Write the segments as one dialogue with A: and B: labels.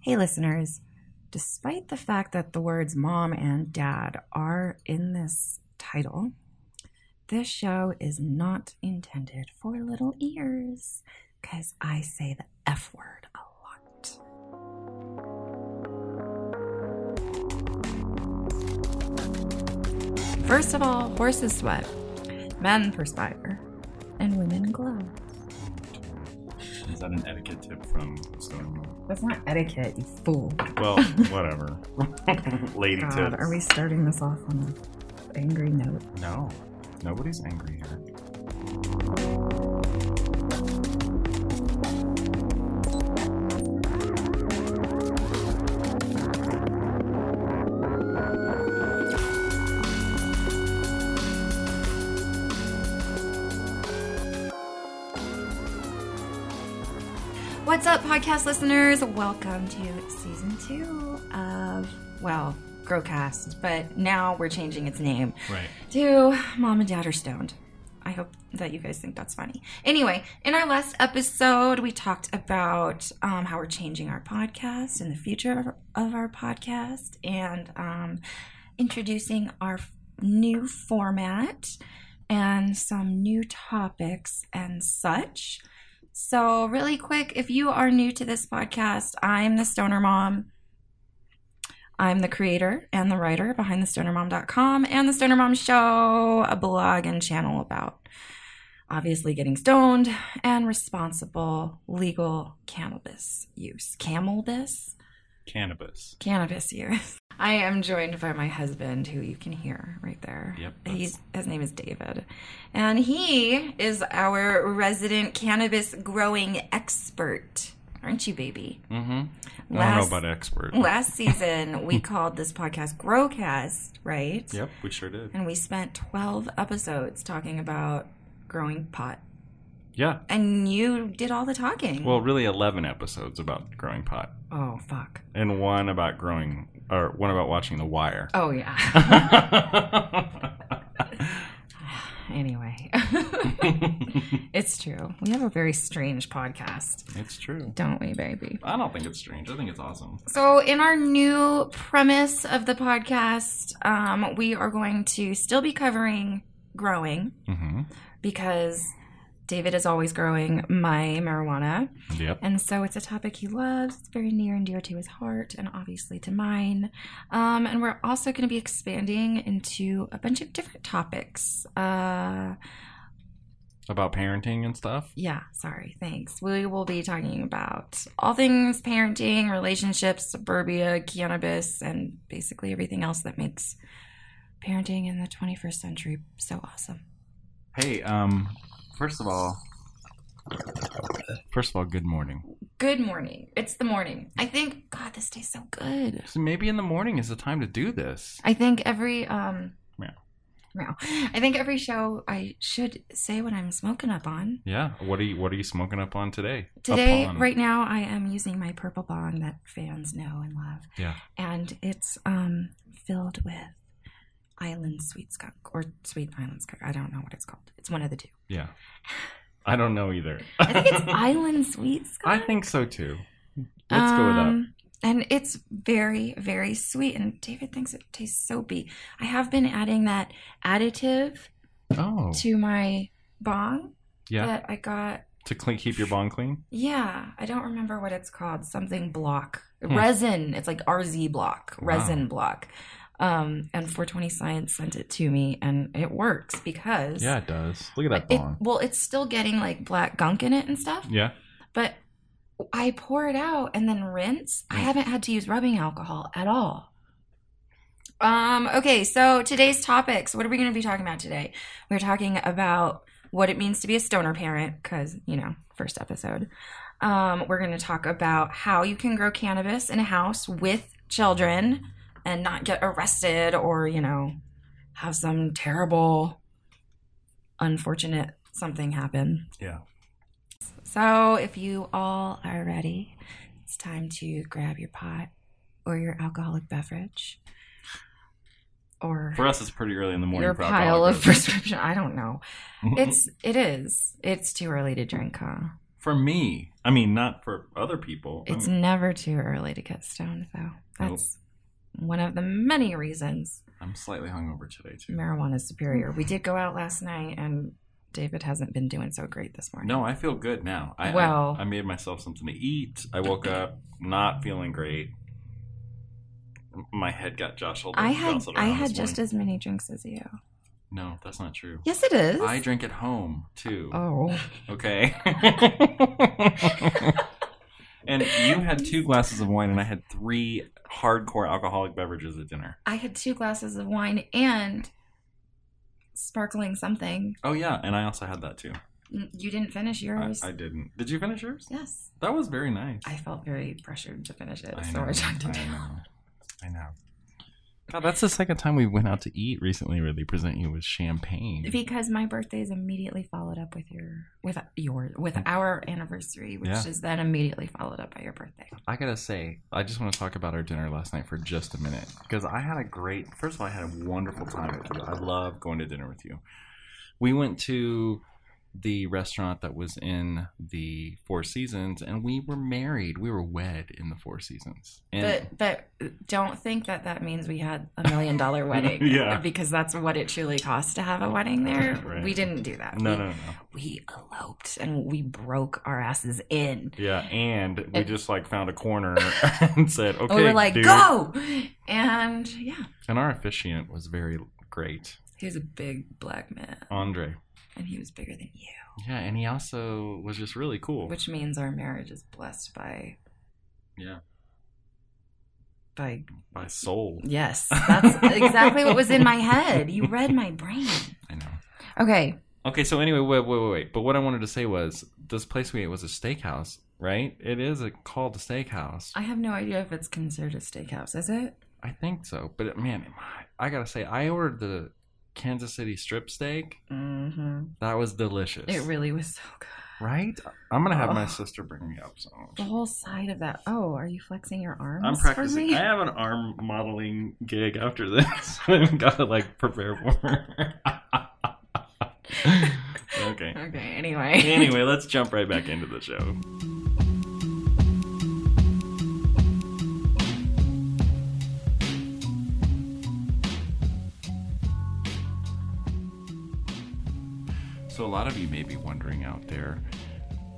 A: Hey, listeners, despite the fact that the words mom and dad are in this title, this show is not intended for little ears because I say the F word a lot. First of all, horses sweat, men perspire, and women glow.
B: Is that an etiquette tip from Stonewall?
A: That's not etiquette, you fool.
B: Well, whatever. Lady
A: God,
B: tips.
A: Um, are we starting this off on an angry note?
B: No, nobody's angry here.
A: What's up, podcast listeners? Welcome to season two of, well, Growcast, but now we're changing its name
B: Right.
A: to Mom and Dad Are Stoned. I hope that you guys think that's funny. Anyway, in our last episode, we talked about um, how we're changing our podcast and the future of, of our podcast and um, introducing our f- new format and some new topics and such. So, really quick, if you are new to this podcast, I'm the Stoner Mom. I'm the creator and the writer behind thestonermom.com and the Stoner Mom Show, a blog and channel about obviously getting stoned and responsible legal cannabis use. Camelbis?
B: Cannabis.
A: Cannabis use. I am joined by my husband, who you can hear right there.
B: Yep, that's-
A: He's, his name is David. And he is our resident cannabis growing expert. Aren't you, baby?
B: Mm-hmm. I
A: Last-
B: don't know about expert.
A: Last season, we called this podcast Growcast, right?
B: Yep, we sure did.
A: And we spent 12 episodes talking about growing pot.
B: Yeah.
A: And you did all the talking.
B: Well, really, eleven episodes about growing pot,
A: oh, fuck.
B: and one about growing, or one about watching The Wire.
A: Oh, yeah. Oh. anyway, it's true. We have a very strange podcast,
B: it's true.
A: don't we, baby?
B: I don't think it's strange. I think it's awesome.
A: So, in our new premise of the podcast, um, we are going to still be covering growing
B: Mm-hmm.
A: because David is always growing my marijuana.
B: Yep.
A: And so it's a topic he loves. It's very near and dear to his heart and obviously to mine. Um, and we're also going to be expanding into a bunch of different topics. Uh,
B: About parenting and stuff.
A: yeah, sorry, thanks. We will be talking about all things parenting, relationships, suburbia, cannabis, and basically everything else that makes parenting in the 21st century so awesome.
B: Hey, um, first of all, first of all, good morning.
A: Good morning. It's the morning. I think, God, this tastes so good.
B: So maybe in the morning is the time to do this.
A: I think every um
B: Meow.
A: meow. I think every show I should say what I'm smoking up on.
B: Yeah. What are you What are you smoking up on today?
A: Today,
B: Upon.
A: right now, I am using my purple bong that fans know and love.
B: Yeah.
A: And it's um filled with island sweet skunk or sweet island skunk. I don't know what it's called. It's one of the two.
B: Yeah. I don't know either.
A: I think it's island sweet skunk.
B: I think so too. Let's go with that.
A: Um, And it's very, very sweet. And David thinks it tastes soapy. I have been adding that additive
B: Oh,
A: to my bong.
B: yeah.
A: that I got.
B: to clean, keep your bong clean.
A: Yeah, I don't remember what it's called. Something block.
B: Hmm.
A: Resin. It's like RZ block,
B: Wow.
A: resin block. Um, and 420 Science sent it to me, and it works because
B: Yeah, it does. Look at that
A: it,
B: bong. Mm.
A: well, it's still getting like black gunk in it and stuff.
B: yeah.
A: But I pour it out and then rinse. I
B: Hmm.
A: haven't had to use rubbing alcohol at all. Um, okay, so today's topics. What are we going to be talking about today? We're talking about what it means to be a stoner parent because, you know, first episode. Um, we're going to talk about how you can grow cannabis in a house with children and not get arrested or, you know, have some terrible, unfortunate something happen.
B: Yeah.
A: So, if you all are ready, it's time to grab your pot or your alcoholic beverage or
B: For us, it's pretty early in the morning.
A: your
B: for
A: pile of
B: alcoholic
A: prescription. I don't know. It's it is. It's too early to drink, huh?
B: for me. I mean, not for other people. I
A: It's
B: mean,
A: never too early to get stoned, though. That's one of the many reasons
B: I'm slightly hungover today too.
A: marijuana is superior. We did go out last night, and David hasn't been doing so great this morning.
B: No, I feel good now. I, I-
A: Well-
B: I, made myself something to eat. I woke up not feeling great. M- My head got jostled.
A: I had
B: jostled
A: I
B: around
A: had
B: this
A: just
B: morning.
A: as many drinks as you.
B: no. That's not true.
A: Yes, it is.
B: I drink at home too.
A: oh,
B: Okay. and you had two glasses of wine, and I had three hardcore alcoholic beverages at dinner.
A: I had two glasses of wine and sparkling something.
B: Oh yeah, and I also had that too.
A: N- You didn't finish
B: I,
A: yours.
B: I didn't. Did you finish yours?
A: yes,
B: That was very nice.
A: I felt very pressured to finish it,
B: I
A: so I chucked it
B: I
A: down.
B: know. I know. God, that's the second time we went out to eat recently where they present you with champagne.
A: because my birthday is immediately followed up with your with your with our anniversary which
B: Yeah.
A: is then immediately followed up by your birthday
B: I gotta say, I just want to talk about our dinner last night for just a minute because I had a great. First of all, I had a wonderful time with you. I love going to dinner with you. We went to the restaurant that was in the Four Seasons, and we were married. We were wed in the Four Seasons. And
A: but but don't think that that means we had a million dollar wedding
B: Yeah.
A: because that's what it truly costs to have a wedding there
B: Right.
A: we didn't do that
B: no,
A: we,
B: no, no.
A: we eloped and we broke our asses in
B: Yeah, and we
A: And-
B: just like found a corner and said, "Okay,
A: and we were like
B: dude."
A: go and yeah
B: And our officiant was very great,
A: he was a big black man
B: Andre.
A: and he was bigger than you
B: Yeah, and he also was just really cool.
A: which means our marriage is blessed by
B: Yeah.
A: by
B: by soul,
A: Yes, that's exactly what was in my head. You read my brain.
B: I know.
A: Okay.
B: Okay, so anyway, wait, wait, wait, wait. But what I wanted to say was this place we ate was a steakhouse, right? It is a, called a steakhouse.
A: I have no idea if it's considered a steakhouse, is it?
B: I think so. But man, I gotta say, I ordered the Kansas City strip steak.
A: Mm-hmm.
B: That was delicious.
A: It really was so good.
B: right? I'm gonna have my
A: Ugh.
B: sister bring me up some.
A: The whole side of that. Oh, are you flexing your arms?
B: I'm
A: For me?
B: practicing. I have an arm modeling gig after this. I've got to like prepare for. okay.
A: Okay. Anyway.
B: Anyway, let's jump right back into the show. So, a lot of you may be wondering out there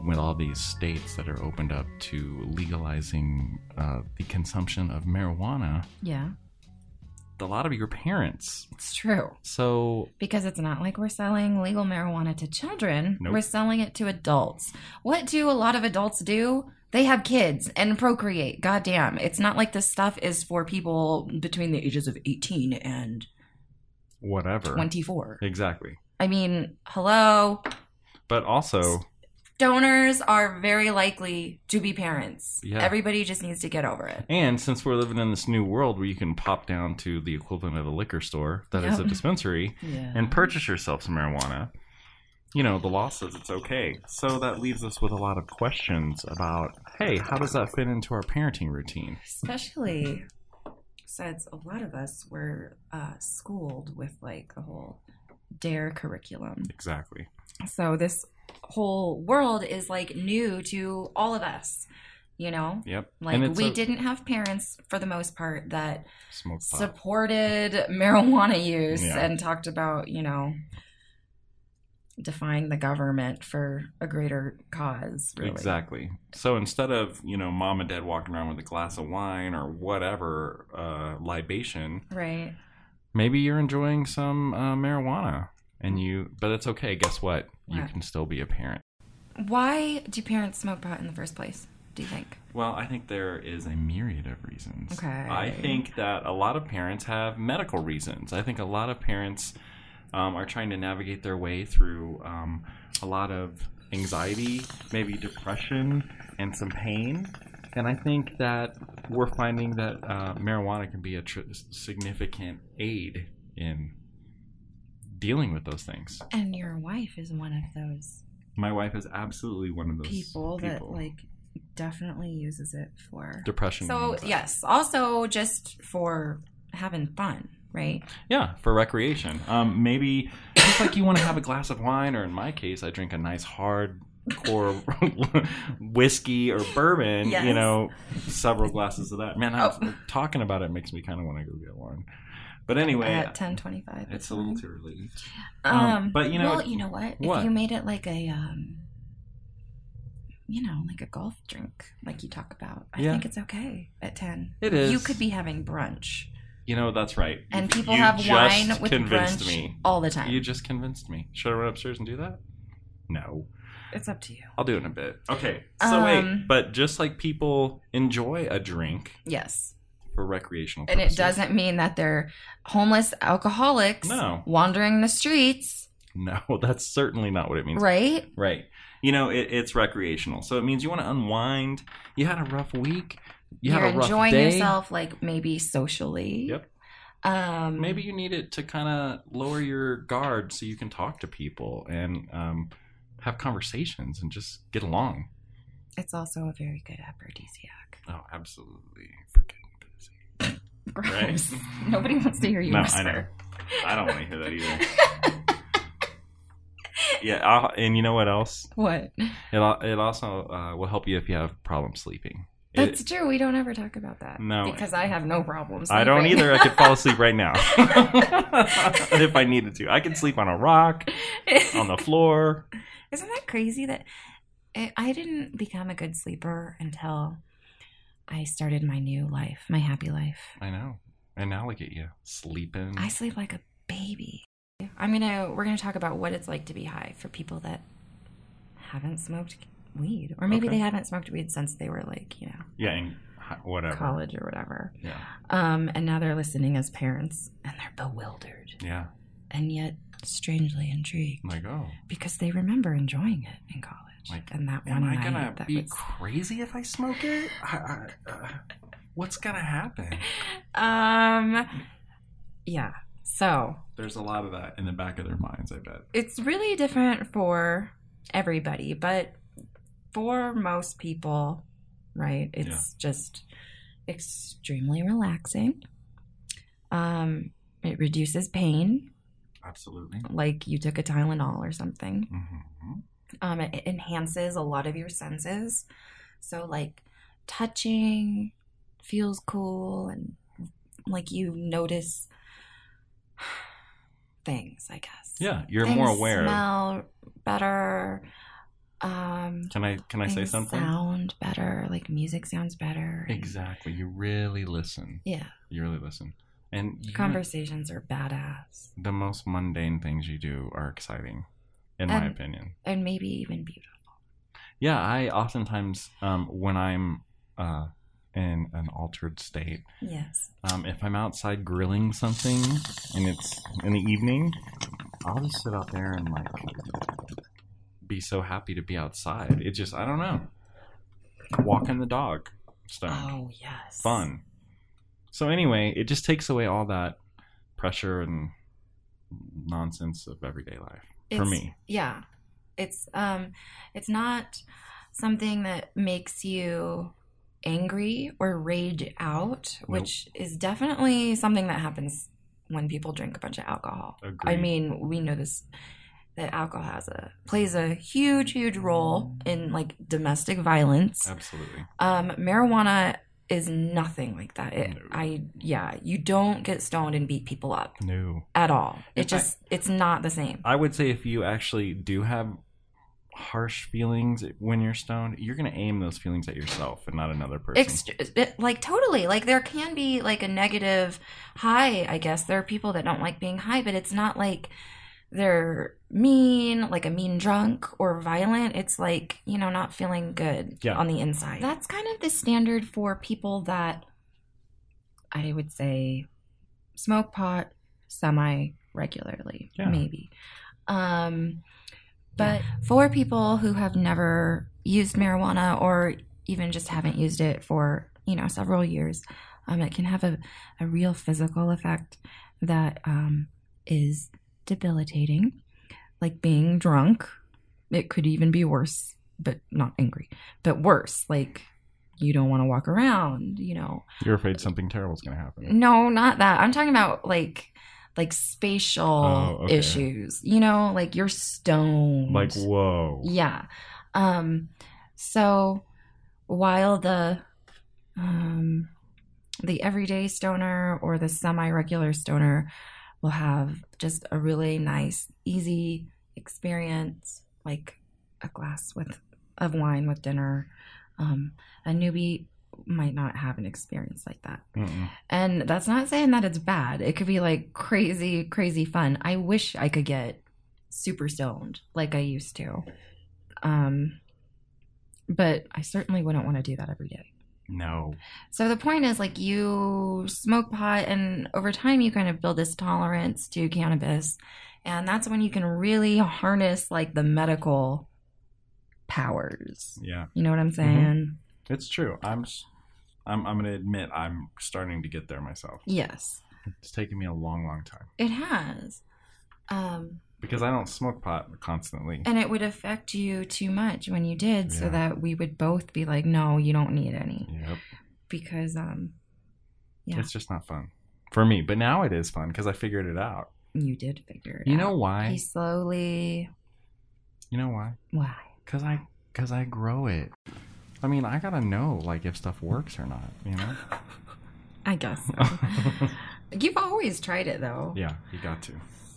B: with all these states that are opened up to legalizing uh, the consumption of marijuana,
A: Yeah,
B: a lot of your parents.
A: it's true.
B: So,
A: Because it's not like we're selling legal marijuana to children.
B: Nope.
A: We're selling it to adults. What do a lot of adults do? They have kids and procreate. Goddamn. It's not like this stuff is for people between the ages of 18 and
B: whatever.
A: 24.
B: Exactly.
A: I mean, hello.
B: But also,
A: Donors are very likely to be parents.
B: Yeah.
A: Everybody just needs to get over it.
B: And since we're living in this new world where you can pop down to the equivalent of a liquor store that is a
A: Yep.
B: dispensary
A: Yeah.
B: and purchase yourself some marijuana, you know, the law says it's okay. So that leaves us with a lot of questions about hey, how does that fit into our parenting routine?
A: Especially since a lot of us were uh, schooled with like the whole DARE curriculum.
B: Exactly.
A: So this whole world is like new to all of us, you know?
B: Yep. And
A: Like
B: it's
A: we
B: a-
A: didn't have parents for the most part that
B: Smoke pot.
A: supported marijuana use
B: Yeah.
A: and talked about, you know, defying the government for a greater cause, really.
B: Exactly. So instead of, you know, mom and dad walking around with a glass of wine or whatever uh, libation,
A: Right.
B: maybe you're enjoying some uh, marijuana
A: Mm.
B: and you, but it's okay. Guess what? You
A: What?
B: can still be a parent.
A: Why do parents smoke pot in the first place, do you think?
B: Well, I think there is a myriad of reasons.
A: Okay.
B: I think that a lot of parents have medical reasons. I think a lot of parents um, are trying to navigate their way through um, a lot of anxiety, maybe depression, and some pain. And I think that we're finding that uh, marijuana can be a tr- significant aid in dealing with those things.
A: And your wife is one of those
B: My wife is absolutely one of those
A: people that like definitely uses it for
B: depression. and
A: So
B: anxiety.
A: yes, also just for having fun, right?
B: Yeah, for recreation. Um, maybe just like you want to have a glass of wine, or in my case, I drink a nice hard or whiskey or bourbon, you
A: Yes. Oh.
B: know, several glasses of that. Man, I was, talking about it makes me kind of want to go get one. But anyway,
A: at ten twenty five.
B: it's a little too early.
A: Um,
B: um, but you know-
A: well, you know what?
B: What?
A: If you made it like a, um, you know, like a golf drink, like you talk about, I
B: Yeah.
A: think it's okay at ten.
B: It is.
A: You could be having brunch,
B: You know, that's right.
A: and
B: You-
A: people
B: you
A: have
B: just
A: wine with
B: convinced
A: brunch
B: me.
A: all the time.
B: You just convinced me. Should I run upstairs and do that? No.
A: it's up to you.
B: I'll do it in a bit. Okay. So
A: Um,
B: wait, but just like people enjoy a drink
A: Yes,
B: for recreational
A: and it
B: purposes,
A: doesn't mean that they're homeless alcoholics
B: No.
A: wandering the streets,
B: No, that's certainly not what it means.
A: right?
B: Right. You know, it, it's recreational. So it means you want to unwind. You had a rough week. You
A: are
B: had a rough
A: enjoying
B: day.
A: yourself, like maybe socially.
B: Yep.
A: Um,
B: Maybe you need it to kind of lower your guard so you can talk to people and um, have conversations and just get along.
A: it's also a very good aphrodisiac.
B: Oh, absolutely. Freaking busy.
A: Gross. Nobody wants to hear you
B: No,
A: whisper.
B: I know. I don't want to hear that either. yeah, I'll, and you know what else?
A: What?
B: It al- it also uh, will help you if you have problem sleeping. It-
A: That's true. We don't ever talk about that.
B: No.
A: Because I have no problems.
B: I don't either. I could fall asleep right now if I needed to. I could sleep on a rock, on the floor.
A: Isn't that crazy that I, I didn't become a good sleeper until I started my new life, my happy life.
B: I know. And now look at you sleeping.
A: I sleep like a baby. I'm gonna. We're gonna talk about what it's like to be high for people that haven't smoked weed, or maybe
B: Okay.
A: they haven't smoked weed since they were like you know
B: yeah, and hi- whatever.
A: college or whatever.
B: Yeah,
A: Um, and now they're listening as parents, and they're bewildered.
B: yeah.
A: and yet strangely intrigued
B: I'm like, oh,
A: because they remember enjoying it in college.
B: Like,
A: and that one
B: am I
A: night
B: gonna
A: that
B: be
A: was,
B: crazy if I smoke it? I, I, uh, what's gonna happen?
A: um, yeah. So
B: There's a lot of that in the back of their minds. I bet.
A: it's really different for everybody, but for most people, right? It's just extremely relaxing. Um, it reduces pain,
B: Absolutely.
A: like you took a Tylenol or something.
B: hmm
A: um, it it enhances a lot of your senses. So like touching feels cool and like you notice things, I guess.
B: Yeah, you're
A: Things
B: more aware.
A: Smell better. Um,
B: Can I can I say
A: things
B: something?
A: Sound better. Like music sounds better.
B: Exactly. You really listen.
A: Yeah.
B: You really listen. And you-
A: Conversations are badass
B: the most mundane things you do are exciting, in my
A: And-
B: opinion.
A: and maybe even beautiful.
B: Yeah, I oftentimes um, when I'm uh, in an altered state,
A: Yes.
B: um, if I'm outside grilling something and it's in the evening, I'll just sit out there and like be so happy to be outside. It just I don't know. Walking the dog, stoned.
A: Oh yes.
B: fun. So anyway, it just takes away all that pressure and nonsense of everyday life for
A: It's-
B: me.
A: yeah it's um it's not something that makes you angry or rage out
B: Nope.
A: which is definitely something that happens when people drink a bunch of alcohol i
B: Agreed.
A: mean we know this that alcohol has a plays a huge huge role in like domestic violence
B: Absolutely.
A: um marijuana is nothing like that it,
B: No.
A: i yeah you don't get stoned and beat people up
B: No.
A: at all
B: In
A: it just it's not the same
B: I would say if you actually do have harsh feelings when you're stoned, you're going to aim those feelings at yourself and not another person.
A: Ext- it- like totally like there can be like a negative high i guess there are people that don't like being high but it's not like they're mean like a mean drunk or violent it's like you know not feeling good
B: Yeah.
A: on the inside that's kind of the standard for people that i would say smoke pot semi regularly
B: Yeah.
A: maybe um but for people who have never used marijuana or even just haven't used it for, you know, several years, um, it can have a, a real physical effect that um, is debilitating, like being drunk. It could even be worse, but not angry, but worse. Like you don't want to walk around, you know,
B: you're afraid something terrible is going to happen.
A: no, not that. I'm talking about like like spatial
B: Oh, okay.
A: issues. You know, like you're stoned.
B: Like, whoa.
A: yeah. Um, so while the um, the everyday stoner or the semi-regular stoner will have just a really nice, easy experience, like a glass with of wine with dinner. Um, a newbie might not have an experience like that.
B: Mm-mm.
A: And that's not saying that it's bad. It could be like crazy, crazy fun. I wish I could get super stoned like I used to. Um, but I certainly wouldn't want to do that every day.
B: No.
A: So the point is like you smoke pot and over time you kind of build this tolerance to cannabis and that's when you can really harness like the medical powers.
B: Yeah,
A: You know what I'm saying?
B: it's true. I'm. s- I'm, I'm going to admit I'm starting to get there myself.
A: Yes.
B: It's taken me a long, long time
A: It has. Um
B: because I don't smoke pot constantly.
A: and it would affect you too much when you did so
B: Yeah.
A: that we would both be like no, you don't need any
B: Yep.
A: because um Yeah.
B: It's just not fun for me. But now it is fun because I figured it out.
A: you did figure it
B: You
A: out.
B: know why?
A: He slowly
B: You know why?
A: why?
B: Cause I, cause I grow it. I mean, I gotta know like if stuff works or not. You know?
A: I guess. so. You've always tried it though.
B: yeah, you got to.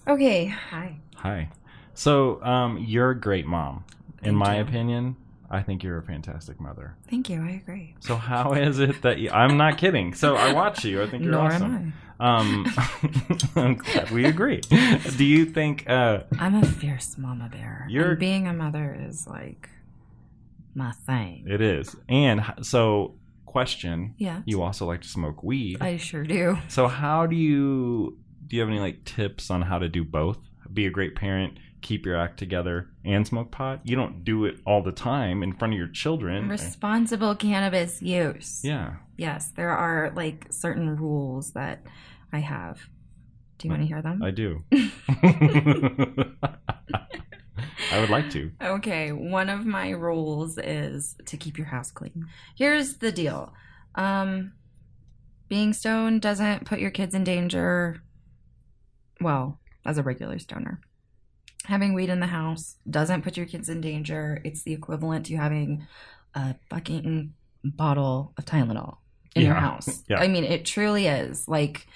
A: Okay. Hi.
B: Hi. So, um, you're a great mom. In
A: Thank
B: my
A: you.
B: opinion, I think you're a fantastic mother.
A: Thank you. I agree.
B: So how is it that you, I'm not kidding? So I watch you. I think you're
A: Nor
B: awesome.
A: am
B: Um, I'm glad we agree. Do you think? Uh,
A: I. I'm a fierce mama bear. and
B: You're-
A: being a mother is like my thing.
B: it is. And h- so, question:
A: Yeah.
B: You also like to smoke weed.
A: I sure do.
B: So how do you do you have any like tips on how to do both? Be a great parent, keep your act together, and smoke pot. You don't do it all the time in front of your children.
A: Responsible cannabis use.
B: yeah.
A: Yes, there are like certain rules that I have. Do you want to hear them?
B: I do. I would like to.
A: Okay, one of my rules is to keep your house clean. Here's the deal. Um being stoned doesn't put your kids in danger. Well, as a regular stoner. Having weed in the house doesn't put your kids in danger. It's the equivalent to having a fucking bottle of Tylenol in your
B: Yeah.
A: house.
B: Yeah.
A: I mean, it truly is. Like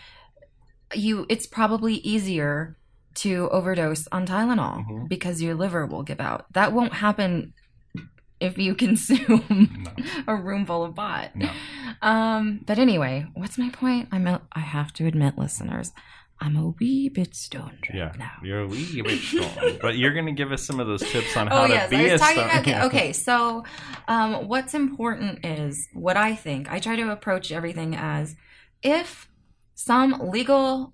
A: you it's probably easier to overdose on Tylenol
B: Mhm.
A: because your liver will give out. That won't happen if you consume
B: No.
A: a room full of pot.
B: No.
A: Um, but anyway, what's my point? I'm a, I have to admit, listeners, I'm a wee bit stoned right
B: Yeah.
A: now.
B: You're a wee bit strong. but you're gonna give us some of those tips on how
A: Oh
B: to
A: yes,
B: be
A: I
B: a
A: was talking
B: strong-
A: about. Okay, okay, so um, what's important is what I think. I try to approach everything as if some legal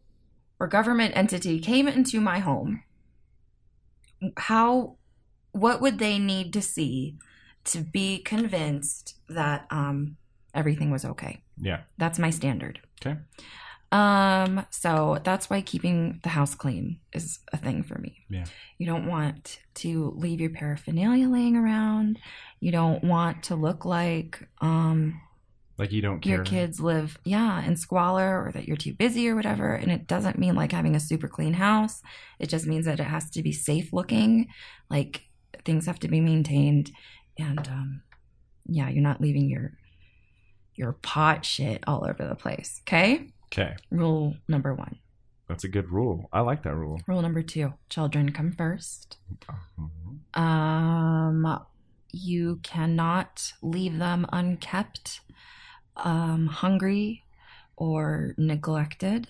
A: or government entity came into my home, how, what would they need to see to be convinced that um, everything was okay?
B: Yeah.
A: That's my standard.
B: Okay.
A: Um, so that's why keeping the house clean is a thing for me.
B: Yeah.
A: You don't want to leave your paraphernalia laying around. You don't want to look like um
B: Like you don't care.
A: your kids live, yeah, in squalor or that you're too busy or whatever. And it doesn't mean like having a super clean house. It just means that it has to be safe looking. Like things have to be maintained. And um, yeah, you're not leaving your your pot shit all over the place. Okay?
B: Okay.
A: Rule number one.
B: That's a good rule. I like that rule.
A: Rule number two: children come first.
B: Mm-hmm.
A: Um, you cannot leave them unkept, um, hungry, or neglected.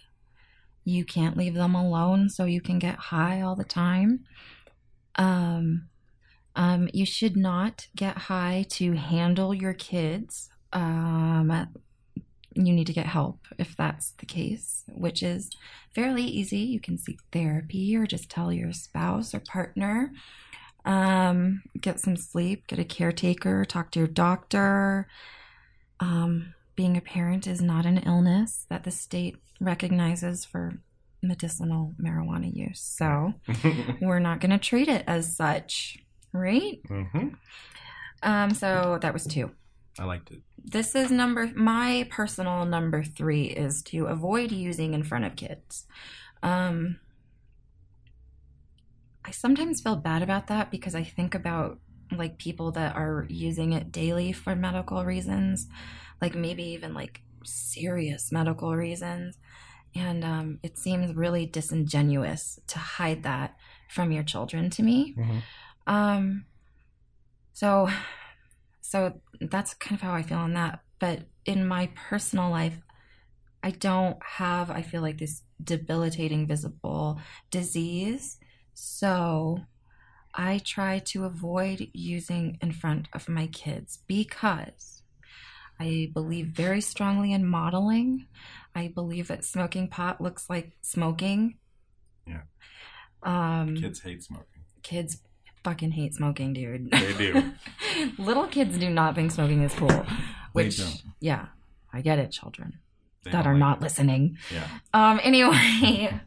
A: You can't leave them alone so you can get high all the time. Um, um, you should not get high to handle your kids. Um, you need to get help if that's the case, which is fairly easy. You can seek therapy or just tell your spouse or partner. Um, get some sleep, get a caretaker, talk to your doctor. Um, being a parent is not an illness that the state recognizes for medicinal marijuana use. So
B: mm-hmm.
A: we're not going to treat it as such, right?
B: Mm-hmm.
A: Um, so that was two.
B: I liked it.
A: This is number my personal number three is to avoid using in front of kids. Um, I sometimes feel bad about that because I think about like people that are using it daily for medical reasons, like maybe even like serious medical reasons. And um, it seems really disingenuous to hide that from your children to me.
B: Mhm.
A: Um, so, so that's kind of how I feel on that. But in my personal life, I don't have, I feel like this debilitating visible disease. So I try to avoid using in front of my kids because I believe very strongly in modeling. I believe that smoking pot looks like smoking.
B: Yeah.
A: Um,
B: Kids hate smoking.
A: kids fucking hate smoking, dude.
B: They do.
A: Little kids do not think smoking is cool. Which,
B: don't.
A: yeah, I get it, children
B: They
A: that
B: don't
A: are
B: like
A: not listening.
B: it. Yeah.
A: Um, anyway,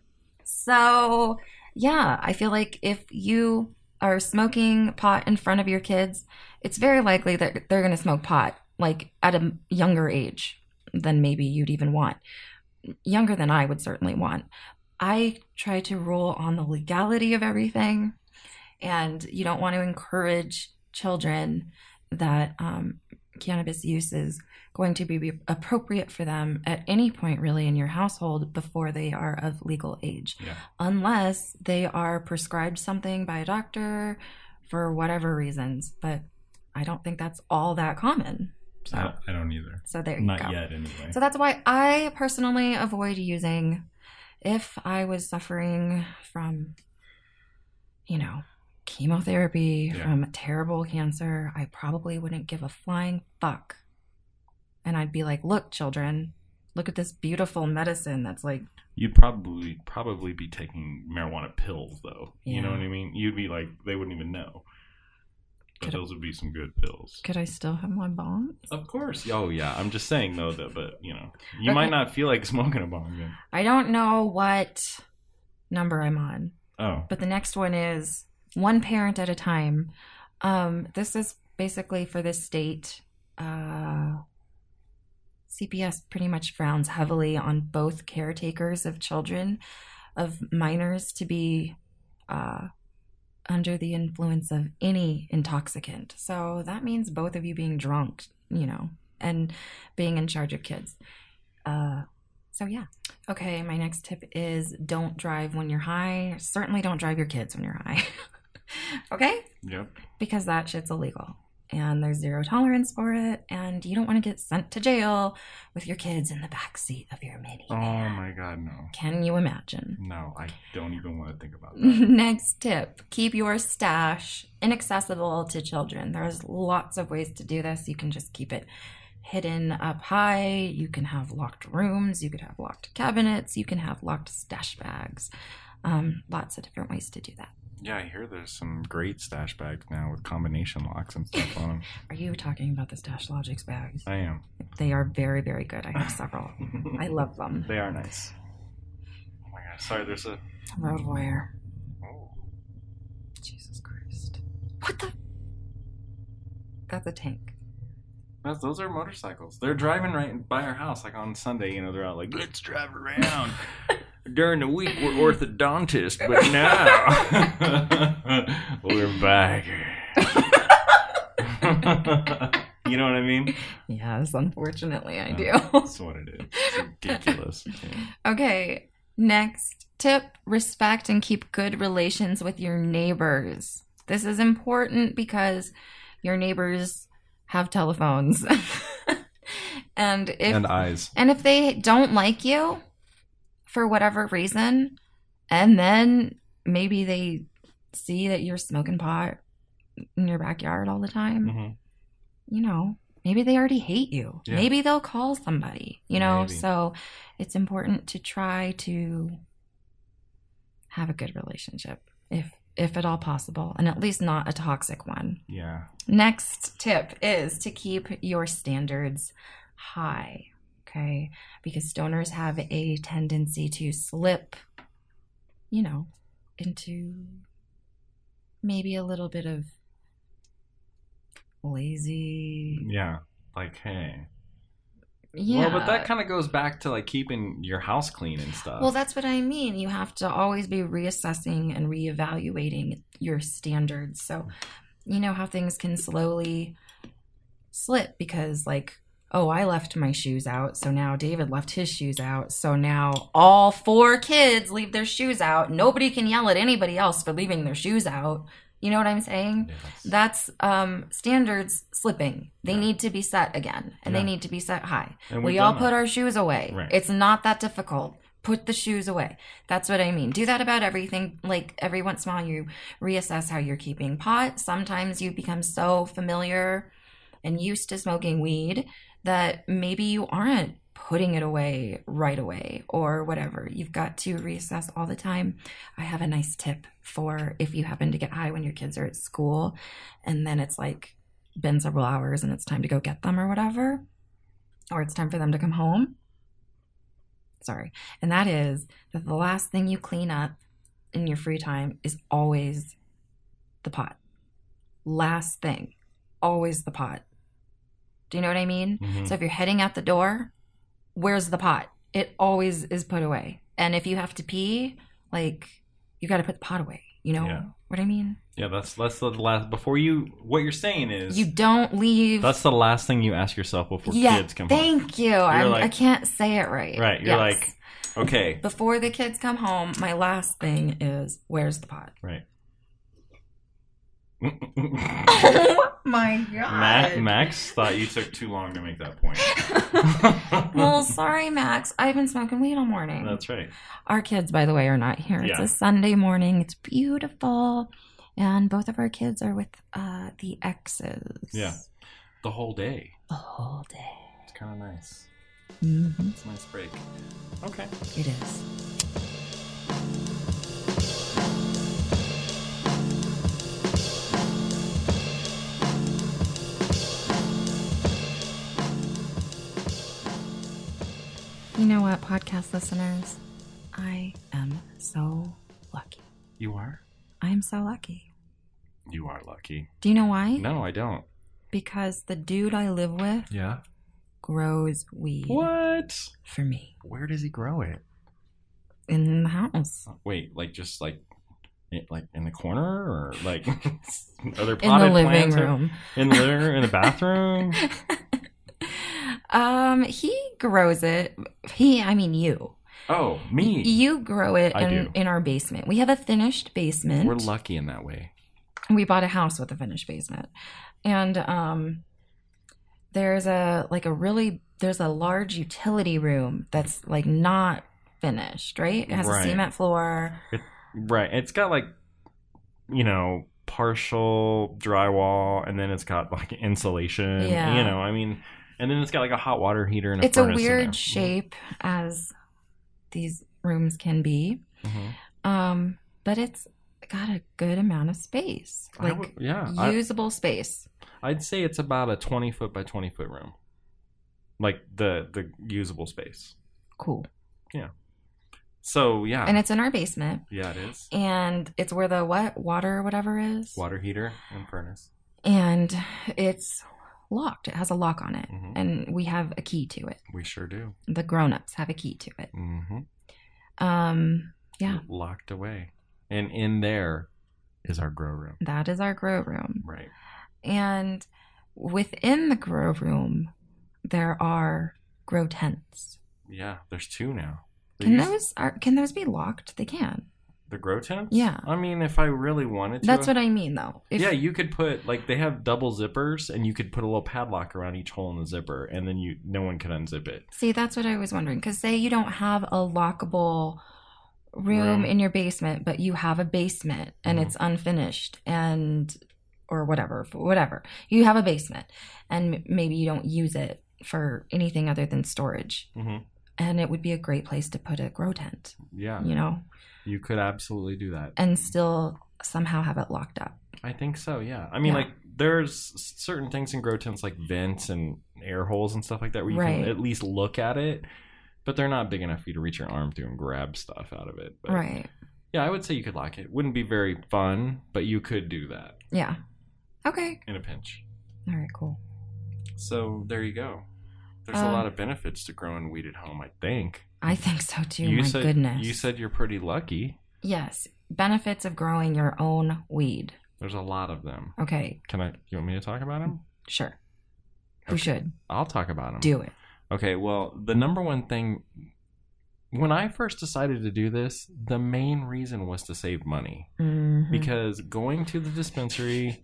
A: so yeah, I feel like if you are smoking pot in front of your kids, it's very likely that they're going to smoke pot like at a younger age than maybe you'd even want. Younger than I would certainly want. I try to rule on the legality of everything, and you don't want to encourage children that um, cannabis use is going to be appropriate for them at any point really in your household before they are of legal age
B: Yeah.
A: unless they are prescribed something by a doctor for whatever reasons but i don't think that's all that common so
B: I don't, I don't either.
A: so there you
B: Not
A: go
B: yet, anyway.
A: so that's why I personally avoid using if I was suffering from, you know, chemotherapy,
B: Yeah.
A: from terrible cancer, I probably wouldn't give a flying fuck. And I'd be like, look, children, look at this beautiful medicine that's like,
B: You'd probably probably be taking marijuana pills, though. You know
A: Yeah.
B: what I mean? You'd be like, they wouldn't even know. But
A: Coulda-
B: those would be some good pills.
A: could I still have my bonds?
B: Of course. Oh yeah. I'm just saying though that, but you know, you
A: Okay.
B: might not feel like smoking a bong then.
A: I don't know what number I'm on.
B: Oh.
A: but the next one is one parent at a time. Um, this is basically for the state. Uh, CPS pretty much frowns heavily on both caretakers of children of minors to be uh, under the influence of any intoxicant. So that means both of you being drunk, you know, and being in charge of kids. Uh, so yeah. Okay, my next tip is don't drive when you're high. Certainly don't drive your kids when you're high. okay?
B: Yep.
A: Because that shit's illegal and there's zero tolerance for it and you don't want to get sent to jail with your kids in the back seat of your minivan.
B: Oh my God, no.
A: Can you imagine?
B: No, I don't even want to think about that.
A: Mm-hmm. Next tip keep your stash inaccessible to children. There's lots of ways to do this. You can just keep it hidden up high. You can have locked rooms. You could have locked cabinets. You can have locked stash bags. Um, lots of different ways to do that.
B: yeah, I hear there's some great stash bags now with combination locks and stuff on them.
A: Are you talking about the Stash Logics bags?
B: I am.
A: They are very, very good. I have several. I love them.
B: they are nice. Oh my God. Sorry, there's a.
A: Road Warrior.
B: Oh.
A: Jesus Christ. What the? That's a tank.
B: That's, those are motorcycles. They're driving right by our house, like on Sunday. You know, they're out like, let's drive around. During the week, we're orthodontists, but now we're back. you know what I mean?
A: Yes, unfortunately, I
B: Yeah.
A: do.
B: That's what it is. It's ridiculous. Yeah.
A: Okay, next tip respect and keep good relations with your neighbors. This is important because your neighbors have telephones. and if
B: and
A: and,
B: eyes.
A: if they don't like you for whatever reason, and then maybe they see that you're smoking pot in your backyard all the time,
B: Mhm.
A: you know, maybe they already hate you.
B: Yeah.
A: Maybe they'll call somebody, you know?
B: Maybe.
A: So it's important to try to have a good relationship if if at all possible and at least not a toxic one.
B: Yeah.
A: Next tip is to keep your standards high, okay? Because stoners have a tendency to slip, you know, into maybe a little bit of lazy
B: Yeah. Like, hey.
A: yeah.
B: Well, but that kind of goes back to like keeping your house clean and stuff.
A: Well, that's what I mean. You have to always be reassessing and reevaluating your standards. So, you know how things can slowly slip because like oh i left my shoes out so now david left his shoes out so now all four kids leave their shoes out nobody can yell at anybody else for leaving their shoes out you know what i'm saying
B: Yes.
A: that's um, standards slipping they
B: Yeah.
A: need to be set again and
B: Yeah.
A: they need to be set high
B: And
A: we
B: we've
A: all
B: done
A: put
B: that.
A: our shoes away
B: Right.
A: it's not that difficult put the shoes away that's what i mean do that about everything like every once in a while you reassess how you're keeping pot sometimes you become so familiar and used to smoking weed that maybe you aren't putting it away right away or whatever you've got to reassess all the time i have a nice tip for if you happen to get high when your kids are at school and then it's like been several hours and it's time to go get them or whatever, or it's time for them to come home. Sorry. And that is that the last thing you clean up in your free time is always the pot. Last thing, always the pot. Do you know what I mean?
B: Mhm.
A: So if you're heading out the door, where's the pot? It always is put away. And if you have to pee, like you got to put the pot away. You know
B: Yeah.
A: what I mean?
B: Yeah, that's that's the last. Before you, what you're saying is
A: You don't leave
B: that's the last thing you ask yourself before kids come home.
A: thank you. I'm, I
B: like-
A: can't say it right.
B: Right, you're
A: Yes.
B: like- Okay,
A: before the kids come home, my last thing is where's the pot?
B: right.
A: Oh my god.
B: Ma- Max thought you took too long to make that point.
A: well, sorry, Max. I've been smoking weed all morning.
B: that's right.
A: Our kids, by the way, are not here. It's
B: Yeah.
A: a Sunday morning. It's beautiful. And both of our kids are with uh, the exes.
B: Yeah. The whole day.
A: The whole day.
B: It's kind of nice.
A: Mhm.
B: It's a nice break. Okay.
A: It is. You know what, podcast listeners? I am so lucky.
B: You are.
A: I am so lucky.
B: You are lucky.
A: Do you know why?
B: No, I don't.
A: Because the dude I live with
B: Yeah.
A: grows weed
B: What?
A: for me
B: Where does he grow it?
A: in the house.
B: Wait, like just like, i- like in the corner or like other
A: In the
B: potted
A: living
B: plants or-
A: room.
B: in the living room, in the bathroom.
A: um, he grows it. He, I mean you.
B: Oh, me.
A: You grow it
B: I
A: in,
B: do.
A: in our basement. We have a finished basement.
B: We're lucky in that way.
A: we bought a house with a finished basement. And um there's a like a really there's a large utility room that's like not finished, right? It has
B: Right.
A: a cement floor.
B: Right. It's got like, you know, partial drywall, and then it's got like insulation.
A: Yeah.
B: You know, I mean, and then it's got like a hot water heater and a
A: It's a
B: furnace in there. Mm-hmm.
A: weird shape as these rooms can be.
B: Mhm.
A: Um but it's got a good amount of space.
B: Oh, I
A: Like
B: would- yeah,
A: usable space.
B: I, I'd say it's about a twenty foot by twenty foot room, like the the usable space.
A: Cool.
B: So yeah,
A: And it's in our basement.
B: yeah, it is
A: And it's where the what? Water or whatever is.
B: water heater and furnace.
A: And it's locked. It has a lock on it.
B: hmm
A: And we have a key to it.
B: We sure do.
A: The grown ups have a key to it.
B: Mm-hmm.
A: Um Yeah.
B: locked away, and in there is our grow room.
A: that is our grow room.
B: Right.
A: And within the grow room there are grow tents.
B: Yeah. There's two now. They
A: Can
B: used-
A: those are can those be locked? They can.
B: The grow tents?
A: Yeah.
B: I mean, if I really wanted to.
A: That's what I mean though. If
B: yeah, you could put like they have double zippers, and you could put a little padlock around each hole in the zipper, and then you no one can unzip it.
A: See, that's what I was wondering. Because say you don't have a lockable room,
B: Room.
A: in your basement, but you have a basement and
B: Mhm.
A: it's unfinished and or whatever, f- whatever. You have a basement and m- maybe you don't use it for anything other than storage.
B: Mhm.
A: And it would be a great place to put a grow tent,
B: Yeah,
A: you know,
B: you could absolutely do that.
A: and still somehow have it locked up.
B: I think so. Yeah. I mean,
A: Yeah.
B: like there's s- certain things in grow tents like vents and air holes and stuff like that where you
A: Right.
B: can at least look at it, but they're not big enough for you to reach your arm through and grab stuff out of it. But,
A: Right.
B: Yeah, I would say you could lock it. Wouldn't be very fun, but you could do that
A: Yeah. Okay.
B: in a pinch.
A: All right, cool.
B: So there you go. There's
A: Um,
B: a lot of benefits to growing weed at home, I think.
A: I think so too.
B: you
A: My
B: said
A: goodness.
B: you said you're pretty lucky.
A: Yes, benefits of growing your own weed.
B: There's a lot of them.
A: Okay,
B: Can I? You want me to talk about them?
A: sure. Who
B: Okay.
A: should
B: I'll talk about them.
A: do it?
B: Okay, well, the number one thing when I first decided to do this, the main reason was to save money
A: Mhm.
B: because going to the dispensary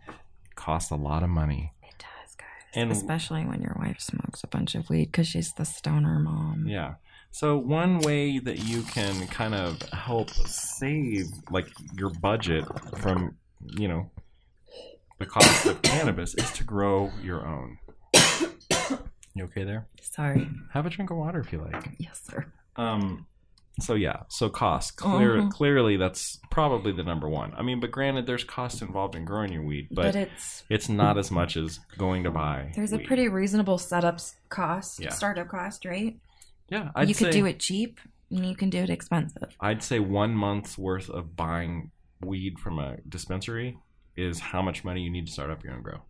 B: costs a lot of money.
A: it does, guys.
B: And
A: Especially when your wife smokes a bunch of weed because she's the stoner mom.
B: yeah. So one way that you can kind of help save like your budget from, you know, the cost of cannabis is to grow your own. You okay there?
A: Sorry.
B: Have a drink of water if you like.
A: Yes, sir.
B: Um. So yeah. So cost. Clear,
A: Mhm.
B: Clearly, that's probably the number one. I mean, but granted, there's cost involved in growing your weed, but,
A: But, it's
B: it's not as much as going to buy.
A: there's a
B: weed.
A: pretty reasonable setups cost,
B: Yeah.
A: startup cost, right?
B: yeah. I'd
A: you
B: say
A: could do it cheap and you can do it expensive.
B: I'd say one month's worth of buying weed from a dispensary is how much money you need to start up your own grow.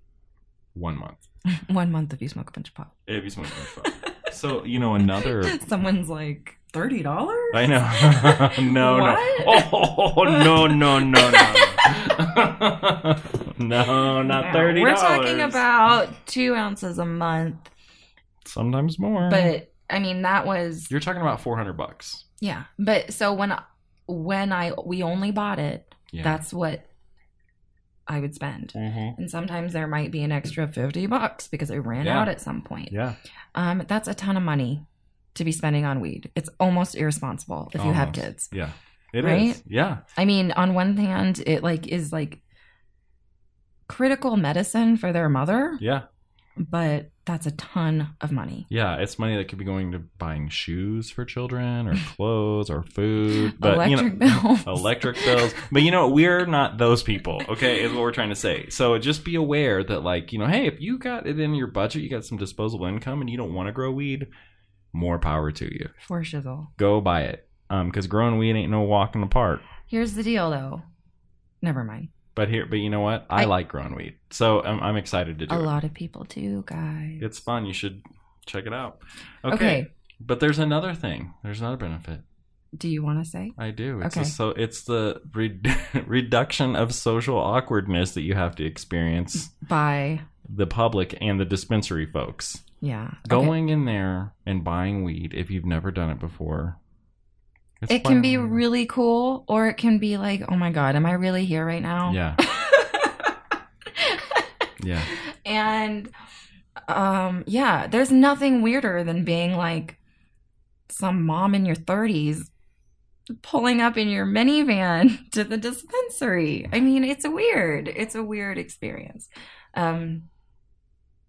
B: One month.
A: One month if you smoke a bunch of pot.
B: If you smoke much pot. So you know another.
A: Someone's like thirty dollars.
B: I know. no, no.
A: What?
B: Oh, no, no, no, no. no, not $30.
A: We're talking about two ounces a month,
B: sometimes more.
A: but I mean that was
B: you're talking about 400 bucks.
A: yeah. But so when when I we only bought it,
B: Yeah.
A: that's what I would spend.
B: Mhm.
A: And sometimes there might be an extra fifty bucks because I ran
B: Yeah.
A: out at some point.
B: Yeah.
A: Um, that's a ton of money to be spending on weed. It's almost irresponsible if you have
B: Almost.
A: kids.
B: Yeah. It is.
A: Right?
B: Yeah.
A: I mean, on one hand, it like is like critical medicine for their mother,
B: Yeah.
A: but that's a ton of money.
B: Yeah. It's money that could be going to buying shoes for children or clothes or food. But
A: Electric
B: you know,
A: bills.
B: electric bills. But you know, we're not those people, okay, is what we're trying to say. So just be aware that, like, you know, hey, if you got it in your budget, you got some disposable income and you don't want to grow weed, more power to you.
A: for shizzle.
B: Go buy it. Um, because growing weed ain't no walk in the park.
A: Here's the deal, though. Never mind.
B: But here, but you know what? I,
A: I-
B: like growing weed, so I'm, I'm excited to do
A: A
B: it.
A: lot of people do, guys.
B: It's fun. You should check it out. Okay.
A: okay.
B: But there's another thing. There's another benefit.
A: Do you want to say?
B: I do. It's a-
A: Okay.
B: so it's the re- reduction of social awkwardness that you have to experience
A: By
B: the public and the dispensary folks.
A: yeah. Okay.
B: Going in there and buying weed if you've never done it before. it's
A: It can be
B: fun.
A: really cool, or it can be like, oh my god, am I really here right now?
B: Yeah, yeah.
A: and um yeah there's nothing weirder than being like some mom in your 30s pulling up in your minivan to the dispensary i mean it's weird it's a weird experience um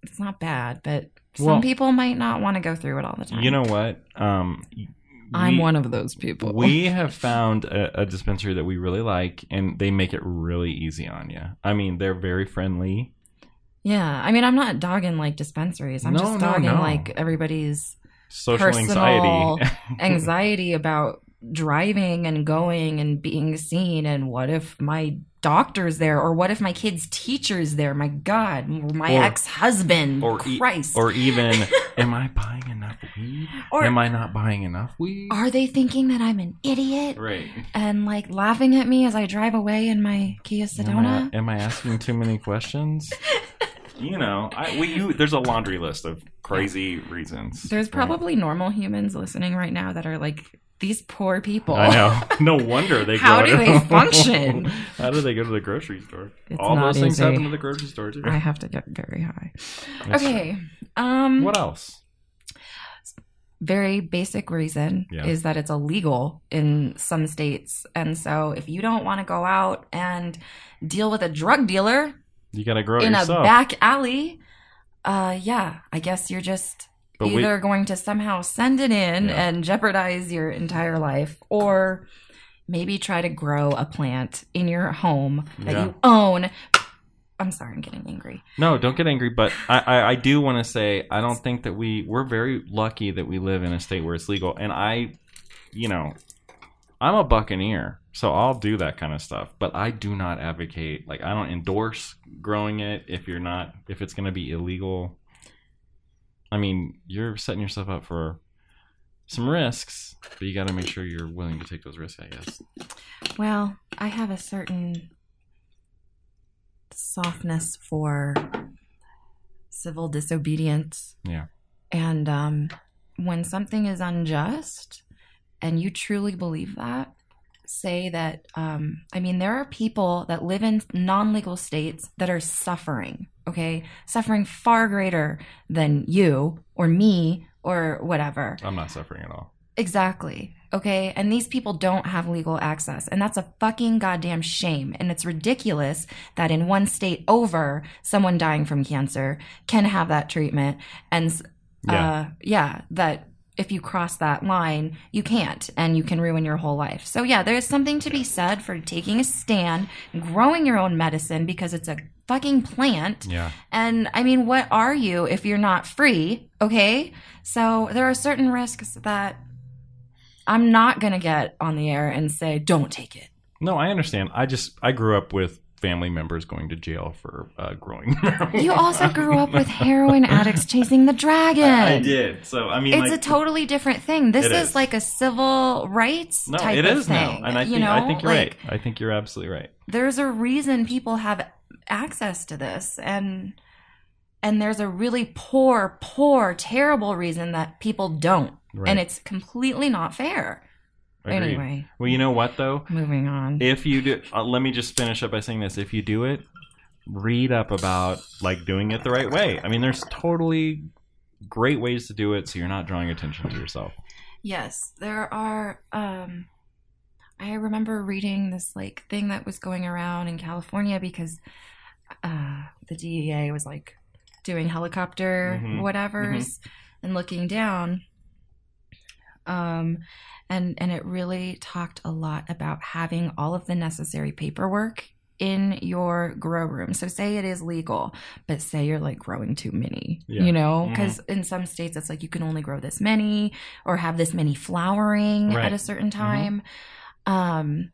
A: it's not bad but some
B: Well-
A: people might not want to go through it all the time
B: You know what? Um, we-
A: i'm one of those people
B: We have found a, a dispensary that we really like, and they make it really easy on you. I mean, they're very friendly.
A: yeah i mean i'm not dogging like dispensaries i'm
B: No,
A: just
B: no,
A: dogging
B: no.
A: like everybody's
B: Social
A: Personal
B: anxiety.
A: anxiety about driving and going and being seen and what if my doctor's there or what if my kid's teacher's there my god or my
B: Or-
A: ex-husband
B: or e-
A: christ
B: or even, am I buying enough weed?
A: Or-
B: am I not buying enough weed?
A: are they thinking that i'm an idiot
B: right.
A: and like laughing at me as i drive away in my kia
B: Am I,
A: sedona
B: am I asking too many questions? you know, I, we, you, there's a laundry list of crazy reasons.
A: there's
B: Right.
A: probably normal humans listening right now that are like these poor people
B: I know. No wonder they.
A: How
B: go
A: do
B: to-
A: they function?
B: How do they go to the grocery store?
A: It's
B: All
A: not
B: those things
A: easy.
B: happen to the grocery store too.
A: I have to get very high
B: That's
A: okay um
B: What else?
A: very basic reason
B: Yeah.
A: is that it's illegal in some states. And so if you don't want to go out and deal with a drug dealer
B: You gotta grow it
A: in
B: yourself.
A: a back alley, uh yeah, I guess you're just
B: but we,
A: either going to somehow send it in
B: Yeah.
A: and jeopardize your entire life or maybe try to grow a plant in your home that
B: Yeah.
A: you own. I'm sorry, I'm getting angry.
B: no, don't get angry. But I, I, I do want to say I don't think that we we're very lucky that we live in a state where it's legal. And I, you know, I'm a buccaneer, so I'll do that kind of stuff. But I do not advocate. Like I don't endorse growing it if you're not if it's gonna be illegal. I mean, you're setting yourself up for some risks, but you got to make sure you're willing to take those risks. I guess.
A: Well, I have a certain softness for civil disobedience.
B: Yeah.
A: And um, when something is unjust and you truly believe that, say that, um, I mean, there are people that live in non legal states that are suffering, okay? Suffering far greater than you or me or whatever.
B: I'm not suffering at all.
A: Exactly. Okay. And these people don't have legal access. And that's a fucking goddamn shame. And it's ridiculous that in one state over, someone dying from cancer can have that treatment. And uh,
B: Yeah.
A: yeah, that if you cross that line, you can't and you can ruin your whole life. So, yeah, there's something to be said for taking a stand, growing your own medicine because it's a fucking plant.
B: yeah.
A: And I mean, what are you if you're not free? Okay. So there are certain risks that I'm not going to get on the air and say, don't take it.
B: No, I understand. I just I grew up with family members going to jail for uh, growing.
A: You also grew up with heroin addicts chasing the dragon.
B: I did. So I mean,
A: It's
B: like,
A: a totally different thing. This
B: It
A: is.
B: is.
A: like a civil rights
B: no,
A: type
B: it
A: of
B: is
A: thing.
B: now, and I
A: you
B: think
A: know?
B: I think you're
A: Like,
B: right. I think you're absolutely right.
A: There's a reason people have access to this and and there's a really poor, poor, terrible reason that people don't.
B: Right.
A: And it's completely not fair.
B: Agreed.
A: Anyway,
B: Well, you know what though?
A: moving on.
B: If you do, uh, let me just finish up by saying this. If you do it, read up about like doing it the right way. I mean, there's totally great ways to do it, so you're not drawing attention to yourself.
A: yes, there are. Um, I remember reading this like thing that was going around in California because uh, the DEA was like doing helicopter
B: Mhm.
A: whatevers and looking down. Um, and and it really talked a lot about having all of the necessary paperwork in your grow room. So say it is legal, but say you're like growing too many,
B: Yeah.
A: you know,
B: Mhm.
A: because in some states it's like you can only grow this many or have this many flowering
B: Right. Mm-hmm.
A: at a certain time. Um,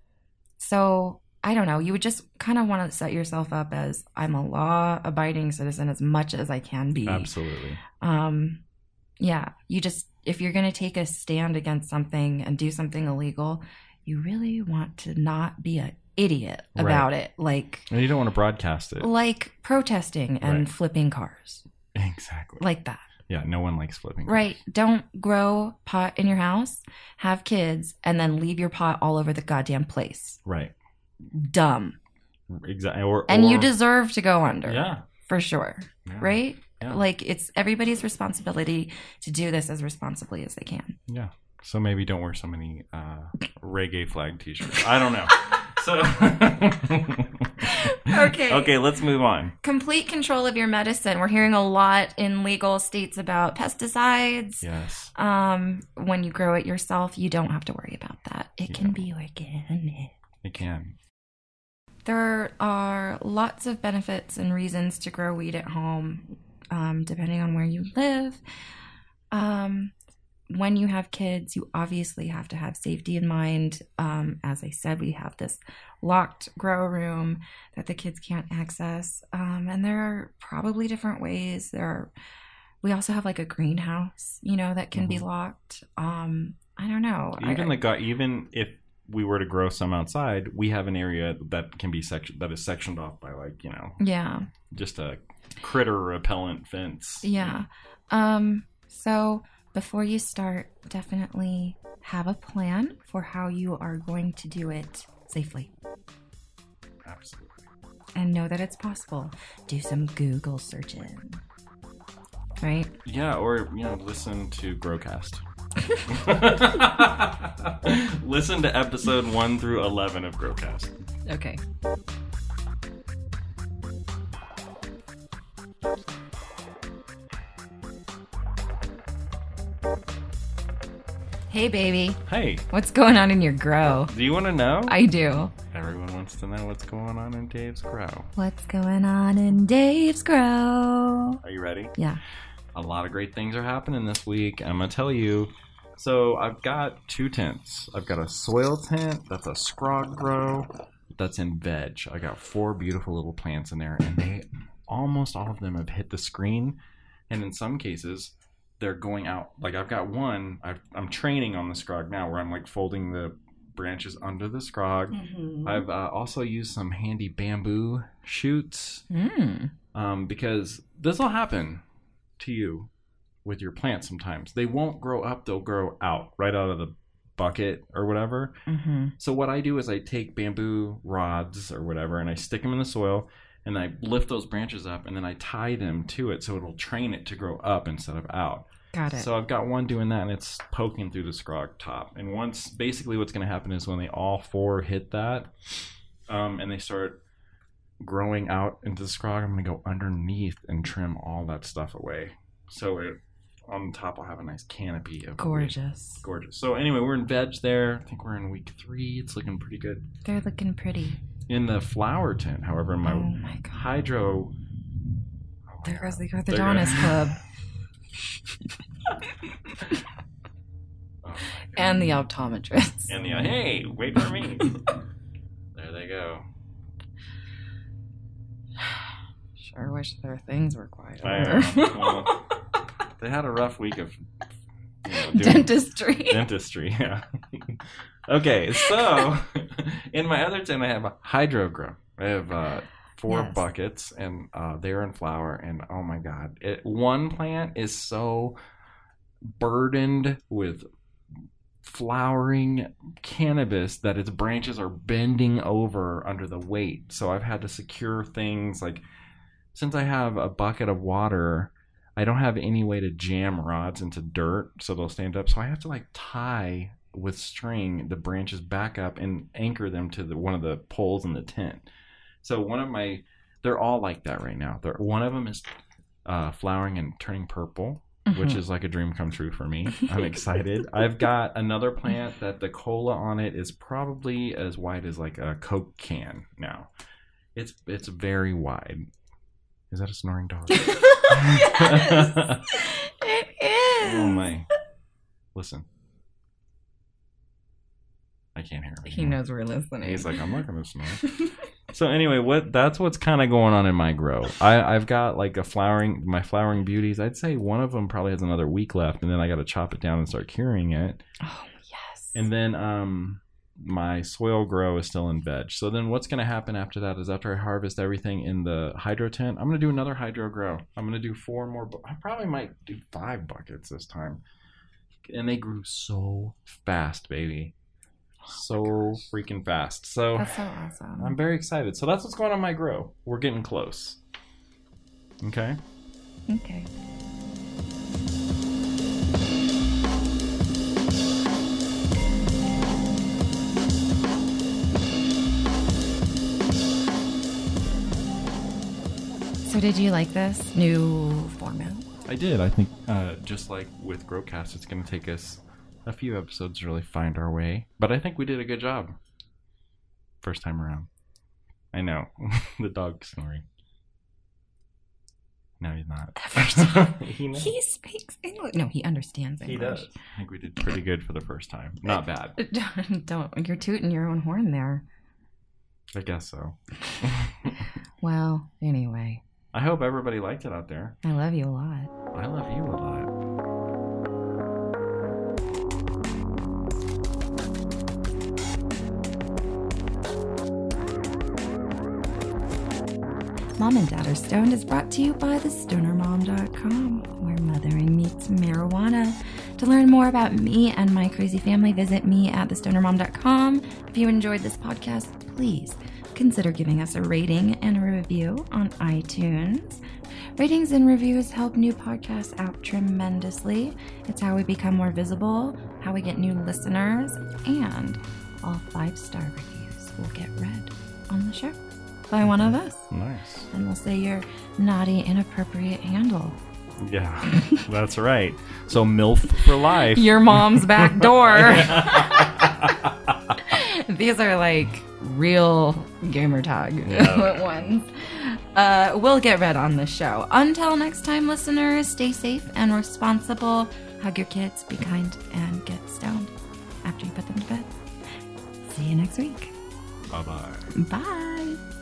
A: so I don't know. You would just kind of want to set yourself up as I'm a law abiding citizen as much as I can be.
B: Absolutely.
A: Um, yeah, you just if you're going to take a stand against something and do something illegal, you really want to not be an idiot
B: Right.
A: about it, like
B: And you don't want to broadcast it.
A: like protesting and
B: Right.
A: flipping cars,
B: Exactly.
A: like that.
B: yeah, no one likes flipping.
A: Right. Don't grow pot in your house, have kids, and then leave your pot all over the goddamn place.
B: Right.
A: Dumb.
B: Exactly. Or,
A: And you
B: or-
A: deserve to go under.
B: Yeah.
A: For sure.
B: yeah.
A: Right?
B: Yeah.
A: Like it's everybody's responsibility to do this as responsibly as they can.
B: Yeah. So maybe don't wear so many uh, reggae flag T-shirts. I don't know. So
A: Okay.
B: Okay, let's move on.
A: Complete control of your medicine. We're hearing a lot in legal states about pesticides.
B: Yes.
A: Um, when you grow it yourself, you don't have to worry about that. It
B: Yeah.
A: can be organic.
B: It can.
A: There are lots of benefits and reasons to grow weed at home, um, depending on where you live. Um, when you have kids, you obviously have to have safety in mind. Um, as I said, we have this locked grow room that the kids can't access, um, and there are probably different ways. There are. We also have like a greenhouse, you know, that can be
B: Mhm.
A: locked. Um, I don't know. I-
B: Even the guy. Even if we were to grow some outside, we have an area that can be section that is sectioned off by like you know
A: yeah.
B: just a critter repellent fence.
A: Yeah. Um so before you start, definitely have a plan for how you are going to do it safely
B: Absolutely.
A: and know that it's possible. Do some Google searching. Right?
B: Yeah, or you know, listen to Growcast. listen to episode one through eleven of Growcast.
A: Okay. Hey baby,
B: Hey,
A: what's going on in your grow?
B: do you want to know?
A: I do.
B: Everyone wants to know what's going on in Dave's Grow.
A: What's going on in Dave's grow?
B: Are you ready?
A: Yeah.
B: A lot of great things are happening this week. I'm gonna tell you. So I've got two tents. I've got a soil tent. That's a scrog grow. That's in veg. I got four beautiful little plants in there, and they almost all of them have hit the screen. And in some cases, they're going out. Like I've got one. I've, I'm training on the scrog now, where I'm like folding the branches under the scrog.
C: Mm-hmm.
B: I've uh, also used some handy bamboo shoots
A: Mm.
B: um, because this will happen to you with your plants sometimes. They won't grow up, they'll grow out right out of the bucket or whatever.
A: Mm-hmm.
B: So, what I do is I take bamboo rods or whatever and I stick them in the soil and I lift those branches up and then I tie them to it so it'll train it to grow up instead of out.
A: Got it.
B: So I've got one doing that, and it's poking through the scrog top. And once, basically, what's going to happen is when they all four hit that, um, and they start growing out into the scrog, I'm going to go underneath and trim all that stuff away. So it, on top, I'll have a nice canopy of
A: Gorgeous.
B: gorgeous. So anyway, we're in veg there. I think we're in week three. It's looking pretty good.
A: They're looking pretty.
B: In the flower tent, however, in my
A: oh my god.
B: hydro. oh,
A: There goes the
B: They're gonna-
A: orthodontist club
B: Oh my
A: and the
B: goodness.
A: optometrist.
B: And the hey, wait for me. there they go.
A: Sure wish their things were quieter.
B: I, uh, well, they had a rough week of you know, doing
A: Dentistry.
B: dentistry. Yeah. okay, so in my other tent, I have a hydrogram. I have uh, four
A: Yes.
B: buckets, and uh, they're in flower. And oh my god, it, one plant is so burdened with flowering cannabis that its branches are bending over under the weight. So I've had to secure things like since I have a bucket of water, I don't have any way to jam rods into dirt so they'll stand up. So I have to like tie with string the branches back up and anchor them to the one of the poles in the tent. So one of my they're all like that right now. They're, one of them is uh, flowering and turning purple
A: Mm-hmm.
B: which is like a dream come true for me. I'm excited. I've got another plant that the cola on it is probably as wide as like a Coke can now. It's it's very wide. Is that a snoring dog?
A: yes. It is.
B: oh my! Listen, I can't hear him.
A: He
B: anymore.
A: knows we're listening.
B: He's like, I'm not gonna snore. So anyway, what that's what's kind of going on in my grow. I I've got like a flowering my flowering beauties. I'd say one of them probably has another week left, and then I got to chop it down and start curing it.
A: oh yes.
B: And then um my soil grow is still in veg. So then what's going to happen after that is after I harvest everything in the hydro tent, I'm going to do another hydro grow. I'm going to do four more bu- I probably might do five buckets this time. And they grew so fast, baby. So freaking fast. So
A: That's so awesome.
B: I'm very excited. So that's what's going on in my grow. We're getting close. Okay.
A: okay. So did you like this new format?
B: I did. I think uh, just like with Growcast, it's going to take us a few episodes to really find our way. But I think we did a good job. First time around. I know. the dog snoring. No, he's not.
A: First time.
B: he knows.
A: He speaks English. No, he understands
B: He
A: English.
B: does. I think we did pretty good for the first time. Not bad.
A: Don't, don't. You're tooting your own horn there.
B: I guess so.
A: Well, anyway,
B: I hope everybody liked it out there.
A: I love you a lot.
B: I love you a lot.
A: Mom and Dad Are Stoned is brought to you by thestonermom.com, where mothering meets marijuana. To learn more about me and my crazy family, visit me at thestonermom.com. If you enjoyed this podcast, please consider giving us a rating and a review on iTunes. Ratings and reviews help new podcasts out tremendously. It's how we become more visible, how we get new listeners, and all five star reviews will get read on the show by one of us
B: Nice.
A: and we'll say your naughty, inappropriate handle.
B: Yeah, that's right. So MILF for life.
A: Your mom's back door. These are like real gamer tag
B: Yeah.
A: ones. Uh, we'll get read on this show. Until next time, listeners, stay safe and responsible. Hug your kids, be kind, and get stoned after you put them to bed. See you next week.
B: Bye bye.
A: Bye.